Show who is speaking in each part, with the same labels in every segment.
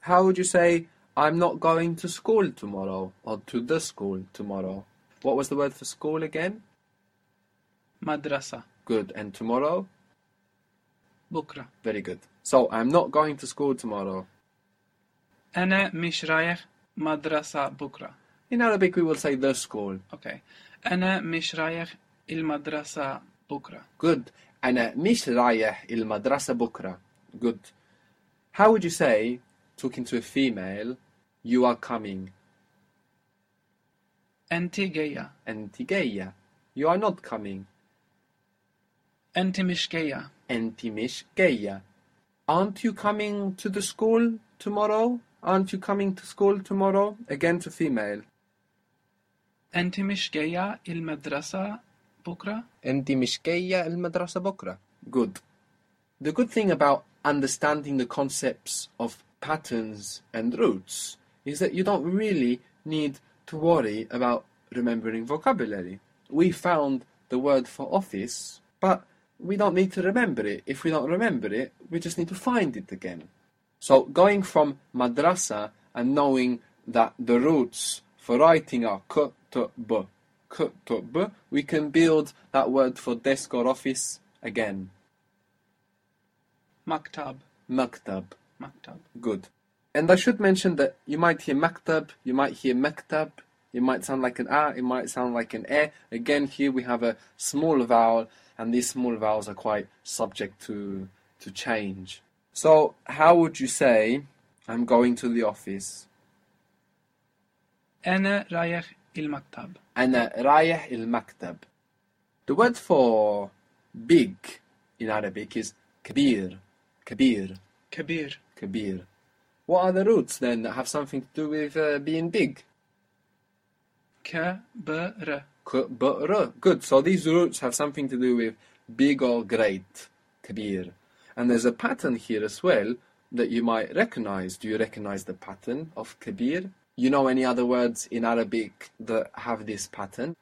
Speaker 1: how would you say I'm not going to school tomorrow or to the school tomorrow? What was the word for school again?
Speaker 2: Madrasa.
Speaker 1: Good. And tomorrow?
Speaker 2: بكرة
Speaker 1: Very good. So I'm not going to school tomorrow.
Speaker 2: أنا مش رايح مدرسة بكرة.
Speaker 1: In Arabic, we will say the school.
Speaker 2: Okay. أنا مش رايح المدرسة بكرة.
Speaker 1: Good. أنا مش رايح المدرسة بكرة. Good. How would you say, talking to a female, you are coming?
Speaker 2: أنت جاية.
Speaker 1: أنت جاية. You are not coming.
Speaker 2: أنت مش جاية.
Speaker 1: أنت مش جاية. Aren't you coming to the school tomorrow? Aren't you coming to school tomorrow? Again to female.
Speaker 2: أنت مش جاية المدرسة بكرة.
Speaker 1: أنت مش جاية المدرسة بكرة. Good. The good thing about understanding the concepts of patterns and roots is that you don't really need to worry about remembering vocabulary. We found the word for office, but we don't need to remember it. If we don't remember it, we just need to find it again. So going from madrasa and knowing that the roots for writing are k to b, k to b, we can build that word for desk or office again.
Speaker 2: مكتب.
Speaker 1: Maktab.
Speaker 2: مكتب.
Speaker 1: Good. And I should mention that you might hear maktab, you might hear maktab, it might sound like an ah, it might sound like an eh. Again, here we have a small vowel, and these small vowels are quite subject to to change. So, how would you say, "I'm going to the office"?
Speaker 2: أنا رايح المكتب.
Speaker 1: أنا رايح المكتب. The word for big in Arabic is kabir, kabir.
Speaker 2: كبير.
Speaker 1: Kabir. What are the roots then that have something to do with uh, being big?
Speaker 2: كبر.
Speaker 1: Kabir. Good. So these roots have something to do with big or great. Kabir. And there's a pattern here as well that you might recognize. Do you recognize the pattern of Kabir? You know any other words in Arabic that have this pattern?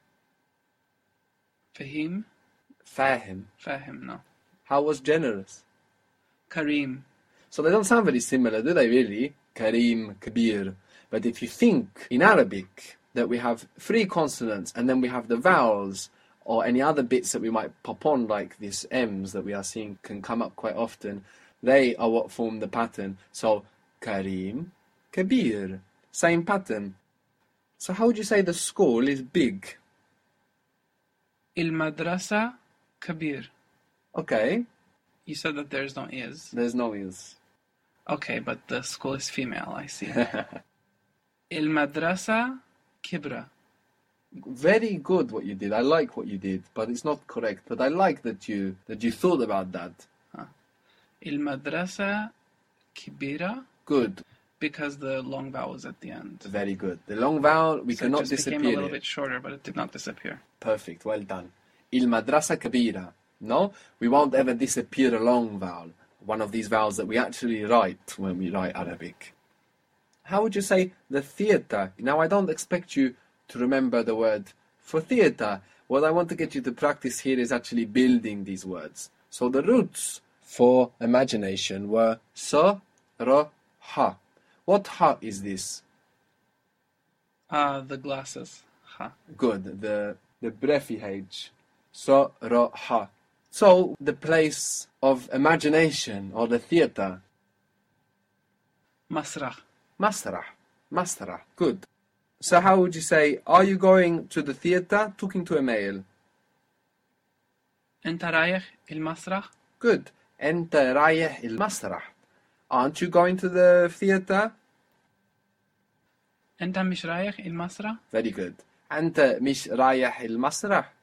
Speaker 2: فهيم.
Speaker 1: Fahim.
Speaker 2: فاهمنا.
Speaker 1: How was generous?
Speaker 2: كريم.
Speaker 1: So they don't sound very similar, do they really? Karim, Kabir. But if you think in Arabic that we have three consonants and then we have the vowels or any other bits that we might pop on, like these M's that we are seeing can come up quite often, they are what form the pattern. So Karim, Kabir. Same pattern. So how would you say the school is big?
Speaker 2: المدرسة كبير.
Speaker 1: Okay,
Speaker 2: You said that there's no is.
Speaker 1: there's no is.
Speaker 2: Okay, but the school is female, I see. المدرسة كبرى.
Speaker 1: very good what you did. I like what you did, but it's not correct. But I like that you that you thought about that.
Speaker 2: المدرسة كبيرة
Speaker 1: Good,
Speaker 2: because the long vowel is at the end.
Speaker 1: very good. The long vowel we
Speaker 2: So it
Speaker 1: cannot
Speaker 2: just became a
Speaker 1: disappear.
Speaker 2: little
Speaker 1: it.
Speaker 2: bit shorter, but it did not disappear.
Speaker 1: Perfect, well done. Il madrasa kabira. No, we won't ever disappear a long vowel. One of these vowels that we actually write when we write Arabic. How would you say the theatre? Now, I don't expect you to remember the word for theatre. What I want to get you to practice here is actually building these words. So the roots for imagination were sa, ra, ha. What ha is this?
Speaker 2: Uh, the glasses. Ha.
Speaker 1: good the the breathage so ro ha so the place of imagination or the theater
Speaker 2: مسرح.
Speaker 1: masrah masrah good so how would you say are you going to the theater talking to a male
Speaker 2: أنت رايح المسرح؟
Speaker 1: good انت رايح المسرح aren't you going to the theater
Speaker 2: أنت مش رايح المسرح؟
Speaker 1: very good انت مش رايح المسرح